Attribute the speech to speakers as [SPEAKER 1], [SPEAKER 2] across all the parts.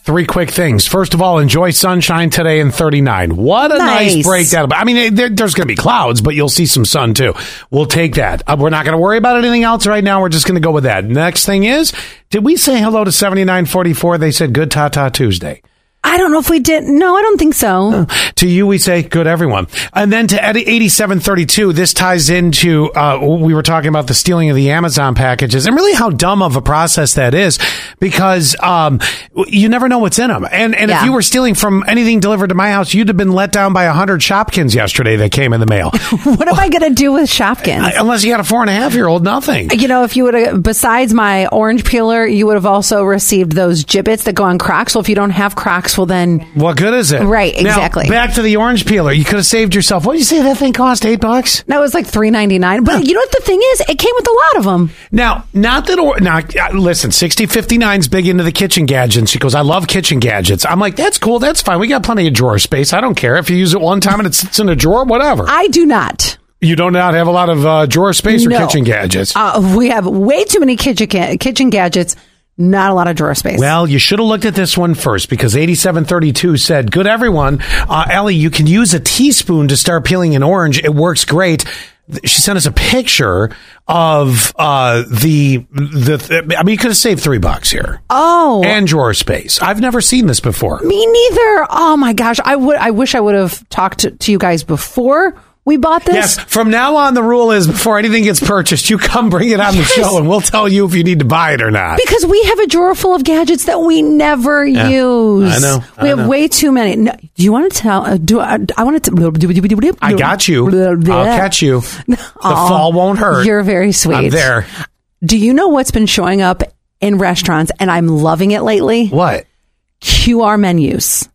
[SPEAKER 1] Three quick things. First of all, enjoy sunshine today in 39. What a nice,
[SPEAKER 2] Nice.
[SPEAKER 1] break that'll be. I mean, there, there's going to be clouds, but you'll see some sun too. We'll take that. Uh, we're not going to worry about anything else right now. We're just going to go with that. Next thing is, did we say hello to 7944? They said good Ta Ta Tuesday.
[SPEAKER 2] I don't know if we did. No, I don't think so.
[SPEAKER 1] To you, we say good everyone. And then to Eddie 8732, this ties into, uh, we were talking about the stealing of the Amazon packages and really how dumb of a process that is because, um, you never know what's in them. And, and if
[SPEAKER 2] Yeah.
[SPEAKER 1] you were stealing from anything delivered to my house, you'd have been let down by a hundred Shopkins yesterday that came in the mail.
[SPEAKER 2] what am I going to do with Shopkins?
[SPEAKER 1] Unless you had a four and a half year old, nothing.
[SPEAKER 2] you know, if you would have, besides my orange peeler, you would have also received those gibbets that go on Crocs. Well, if you don't have Crocs, well, then
[SPEAKER 1] What good is it?
[SPEAKER 2] Right,
[SPEAKER 1] Now,
[SPEAKER 2] exactly.
[SPEAKER 1] back to the orange peeler. You could have saved yourself. What did you say that thing cost? Eight bucks?
[SPEAKER 2] that was like three ninety nine. But you know what the thing is? It came with a lot of them.
[SPEAKER 1] Now, not that, or, now, uh, listen, 6059's big into the kitchen gadgets. She goes, I love kitchen gadgets. I'm like, that's cool. That's fine. We got plenty of drawer space. I don't care if you use it one time and it sits in a drawer, whatever.
[SPEAKER 2] I do not.
[SPEAKER 1] You do not have a lot of uh, drawer space or
[SPEAKER 2] No.
[SPEAKER 1] kitchen gadgets.
[SPEAKER 2] Uh, we have way too many kitchen ga- kitchen gadgets. Not a lot of drawer space.
[SPEAKER 1] well, you should have looked at this one first because 8732 said, Good everyone. Uh, Ellie, you can use a teaspoon to start peeling an orange. It works great. Th- She sent us a picture of uh, the, the, I mean, you could have saved three bucks here.
[SPEAKER 2] oh,
[SPEAKER 1] and drawer space. I've never seen this before.
[SPEAKER 2] me neither. Oh my gosh, I would. I wish I would have talked to, to you guys before we bought this.
[SPEAKER 1] Yes, from now on, the rule is before anything gets purchased, you come bring it on
[SPEAKER 2] Yes.
[SPEAKER 1] the show and we'll tell you if you need to buy it or not.
[SPEAKER 2] Because we have a drawer full of gadgets that we never use.
[SPEAKER 1] I know,
[SPEAKER 2] we
[SPEAKER 1] I
[SPEAKER 2] have
[SPEAKER 1] know.
[SPEAKER 2] way too many. No, do you want to tell? Uh, do I, I want to?
[SPEAKER 1] I got you. I'll catch you. The fall won't hurt.
[SPEAKER 2] You're very sweet.
[SPEAKER 1] I'm there.
[SPEAKER 2] Do you know what's been showing up in restaurants, and I'm loving it lately?
[SPEAKER 1] What?
[SPEAKER 2] QR menus.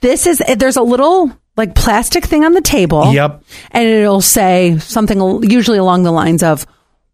[SPEAKER 2] This is there's a little like plastic thing on the table.
[SPEAKER 1] Yep.
[SPEAKER 2] And it'll say something al- usually along the lines of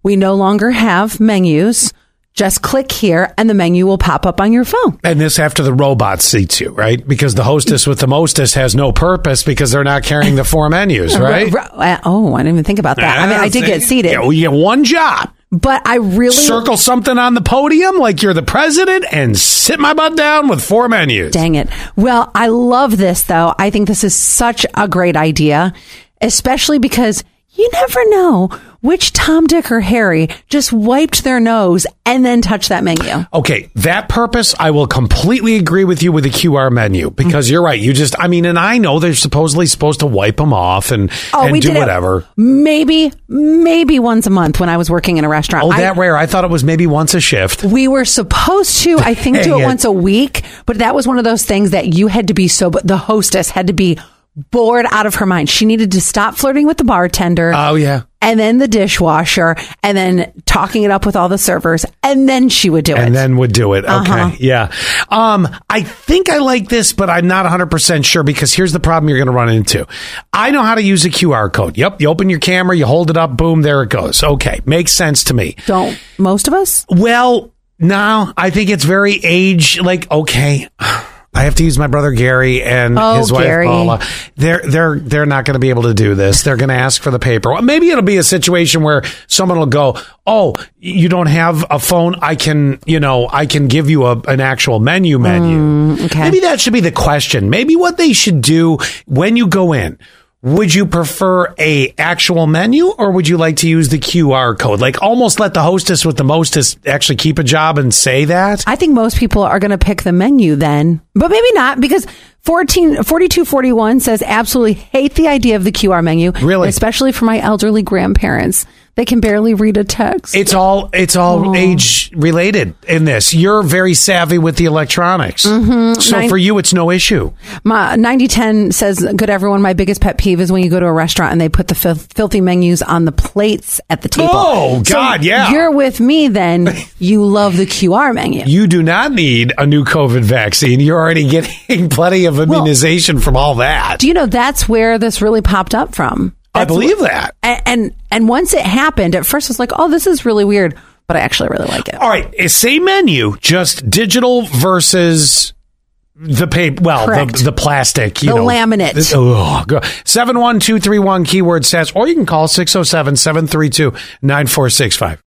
[SPEAKER 2] we no longer have menus. Just click here and the menu will pop up on your phone.
[SPEAKER 1] And this after the robot seats you, right? Because the hostess with the mostest has no purpose because they're not carrying the four menus, right?
[SPEAKER 2] Ro- ro- uh, oh, I didn't even think about that. I mean, I did get seated,
[SPEAKER 1] Yeah, well, you get one job.
[SPEAKER 2] but I really
[SPEAKER 1] Circle something on the podium like you're the president and sit my butt down with four menus.
[SPEAKER 2] Dang it. Well, I love this though. I think this is such a great idea, especially because you never know which Tom, Dick, or Harry just wiped their nose and then touched that menu.
[SPEAKER 1] Okay, that purpose, I will completely agree with you with the QR menu because you're right. You just, I mean, and I know they're supposedly supposed to wipe them off and, and do
[SPEAKER 2] Oh, it
[SPEAKER 1] whatever.
[SPEAKER 2] Maybe, maybe once a month when I was working in a restaurant.
[SPEAKER 1] Oh,
[SPEAKER 2] I-
[SPEAKER 1] that rare. I thought it was maybe once a shift.
[SPEAKER 2] we were supposed to, I think, do
[SPEAKER 1] Dang
[SPEAKER 2] it
[SPEAKER 1] it.
[SPEAKER 2] once a week, but that was one of those things that you had to be so, the hostess had to be bored out of her mind. She needed to stop flirting with the bartender.
[SPEAKER 1] Oh, yeah.
[SPEAKER 2] and then the dishwasher, and then talking it up with all the servers, and then she would do it. Uh-huh.
[SPEAKER 1] And then would do it. Okay. Yeah. Um, I think I like this, but I'm not 100% sure because here's the problem you're going to run into. I know how to use a QR code. Yep. You open your camera, you hold it up, boom, there it goes. Okay. Makes sense to me.
[SPEAKER 2] Don't most of us?
[SPEAKER 1] Well, no, I think it's very age. Like, okay, I have to use my brother Gary and
[SPEAKER 2] Oh,
[SPEAKER 1] his wife
[SPEAKER 2] Gary.
[SPEAKER 1] Paula. They're they're they're not going to be able to do this. They're going to ask for the paper. Well, Maybe it'll be a situation where someone will go, "Oh, you don't have a phone? I can, you know, I can give you a, an actual menu menu."
[SPEAKER 2] okay.
[SPEAKER 1] Maybe that should be the question. Maybe what they should do when you go in. Would you prefer a actual menu or would you like to use the QR code? Like almost let the hostess with the mostest actually keep a job and say that?
[SPEAKER 2] I think most people are going to pick the menu then, but maybe not because 14, 4241 says absolutely hate the idea of the QR menu.
[SPEAKER 1] Really?
[SPEAKER 2] Especially for my elderly grandparents. They can barely read a text.
[SPEAKER 1] It's all it's all age related in this. You're very savvy with the electronics. So
[SPEAKER 2] Nine-
[SPEAKER 1] for you it's no issue.
[SPEAKER 2] My 9010 says, Good everyone, my biggest pet peeve is when you go to a restaurant and they put the filth, filthy menus on the plates at the table.
[SPEAKER 1] Oh,
[SPEAKER 2] So
[SPEAKER 1] God, yeah.
[SPEAKER 2] You're with me then. You love the QR menu.
[SPEAKER 1] You do not need a new COVID vaccine. You're already getting plenty of immunization from all that.
[SPEAKER 2] Do you know that's where this really popped up from?
[SPEAKER 1] I believe that.
[SPEAKER 2] And, and, and once it happened, at first I was like, Oh, this is really weird, but I actually really like it.
[SPEAKER 1] All right, it's same menu, just digital versus the paper. Well,
[SPEAKER 2] Correct.
[SPEAKER 1] the, the plastic, you
[SPEAKER 2] The
[SPEAKER 1] know,
[SPEAKER 2] laminate.
[SPEAKER 1] This- oh, God. oh 71231 keyword stats, or you can call 607 732 9465.